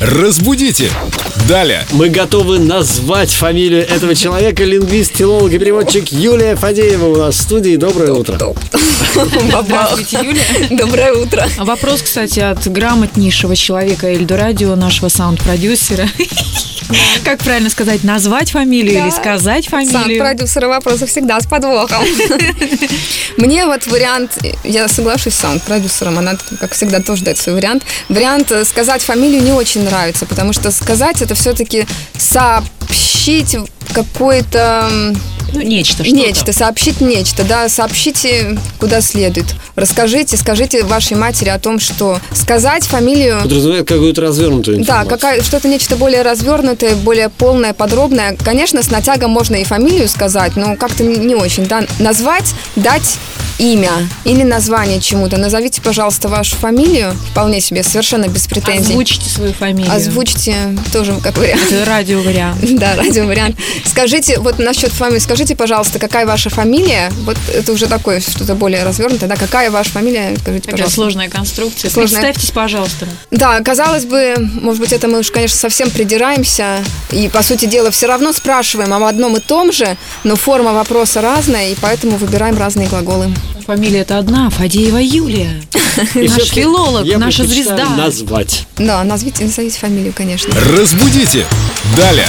Разбудите! Далее! Мы готовы назвать фамилию этого человека. Лингвист, филолог и переводчик Юлия Фадеева у нас в студии. Доброе утро. Здравствуйте, Юля. Доброе утро. Вопрос, кстати, от грамотнейшего человека Эльду Радио, нашего саунд-продюсера. Как правильно сказать, назвать фамилию Да. или сказать Сам фамилию? продюсера вопроса всегда с подвохом. Мне вот вариант, я соглашусь с саунд-продюсером, она, как всегда, тоже дает свой вариант. Вариант э, сказать фамилию не очень нравится, потому что сказать это все-таки сообщить какое-то м, Ну, нечто, что-то. нечто, сообщить нечто, да, сообщите куда следует. Расскажите, скажите вашей матери о том, что сказать фамилию Подразумевает какую-то развернутую Да, информацию. какая, что-то нечто более развернутое, более полное, подробное. Конечно, с натягом можно и фамилию сказать, но как-то не, не очень. Да? Назвать, дать имя или название чему-то. Назовите, пожалуйста, вашу фамилию. Вполне себе, совершенно без претензий. Озвучите свою фамилию. Озвучьте тоже как вариант. Это радиовариант. Да, радиовариант. Скажите, вот насчет фамилии, скажите, пожалуйста, какая ваша фамилия? Вот это уже такое что-то более развернутое, да? Какая ваша фамилия? Скажите, Это пожалуйста. сложная конструкция. Сложная. Представьтесь, пожалуйста. Да, казалось бы, может быть, это мы уж, конечно, совсем придираемся. И, по сути дела, все равно спрашиваем об одном и том же, но форма вопроса разная, и поэтому выбираем разные глаголы. Фамилия это одна, Фадеева Юлия. И Наш всё-таки филолог, я наша предпочитаю звезда. назвать. Да, назовите, назовите фамилию, конечно. Разбудите! Далее!